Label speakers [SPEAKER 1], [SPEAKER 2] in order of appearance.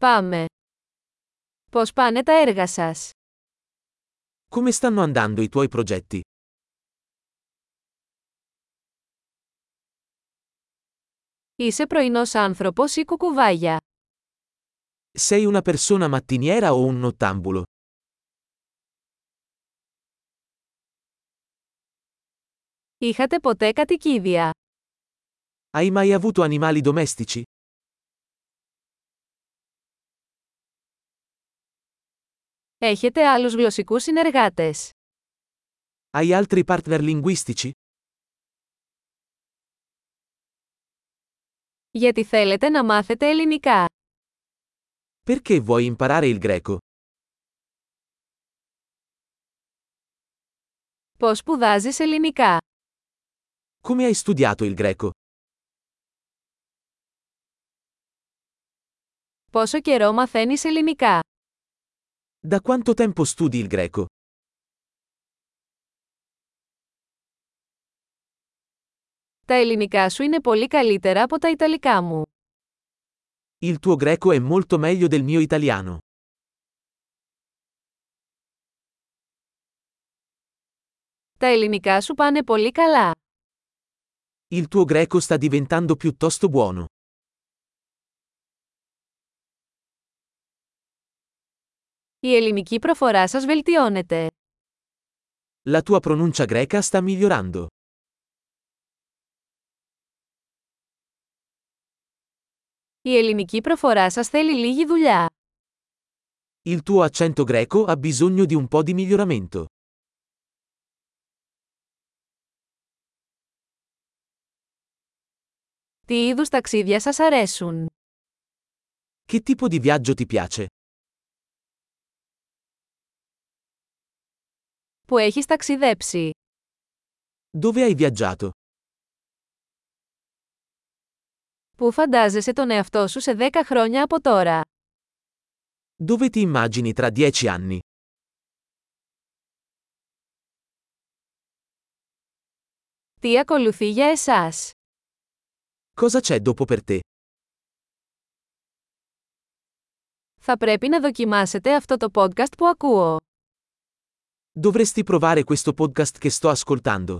[SPEAKER 1] Πάμε. Πώς πάνε τα έργα σας?
[SPEAKER 2] Come stanno andando i tuoi progetti?
[SPEAKER 1] Είσαι πρωινός άνθρωπος ή κουκουβάγια.
[SPEAKER 2] Sei una persona mattiniera o un nottambulo?
[SPEAKER 1] Είχατε ποτέ κατοικίδια.
[SPEAKER 2] Hai mai avuto animali domestici?
[SPEAKER 1] Έχετε άλλους γλωσσικούς συνεργάτες.
[SPEAKER 2] Hai altri partner linguistici?
[SPEAKER 1] Γιατί θέλετε να μάθετε ελληνικά.
[SPEAKER 2] Perché vuoi imparare il greco?
[SPEAKER 1] Πώς σπουδάζεις ελληνικά.
[SPEAKER 2] Come hai studiato il greco?
[SPEAKER 1] Πόσο καιρό μαθαίνεις ελληνικά.
[SPEAKER 2] Da quanto tempo studi il greco?
[SPEAKER 1] Τα ελληνικά σου είναι πολύ καλύτερα από τα ιταλικά μου.
[SPEAKER 2] Il tuo greco è molto meglio del mio italiano.
[SPEAKER 1] Τα ελληνικά σου πάνε πολύ καλά.
[SPEAKER 2] Il tuo greco sta diventando piuttosto buono.
[SPEAKER 1] Η ελληνική προφορά σας βελτιώνεται.
[SPEAKER 2] La tua pronuncia greca sta migliorando.
[SPEAKER 1] Η ελληνική προφορά σας θέλει λίγη δουλειά.
[SPEAKER 2] Il tuo accento greco ha bisogno di un po' di miglioramento.
[SPEAKER 1] Τι είδους ταξίδια σας αρέσουν.
[SPEAKER 2] Che tipo di viaggio ti piace?
[SPEAKER 1] Που έχεις ταξιδέψει.
[SPEAKER 2] Dove hai viaggiato?
[SPEAKER 1] Πού φαντάζεσαι τον εαυτό σου σε 10 χρόνια από τώρα.
[SPEAKER 2] Dove ti immagini tra dieci anni?
[SPEAKER 1] Τι ακολουθεί για εσάς.
[SPEAKER 2] Cosa c'è dopo per te?
[SPEAKER 1] Θα πρέπει να δοκιμάσετε αυτό το podcast που ακούω.
[SPEAKER 2] Dovresti provare questo podcast che sto ascoltando.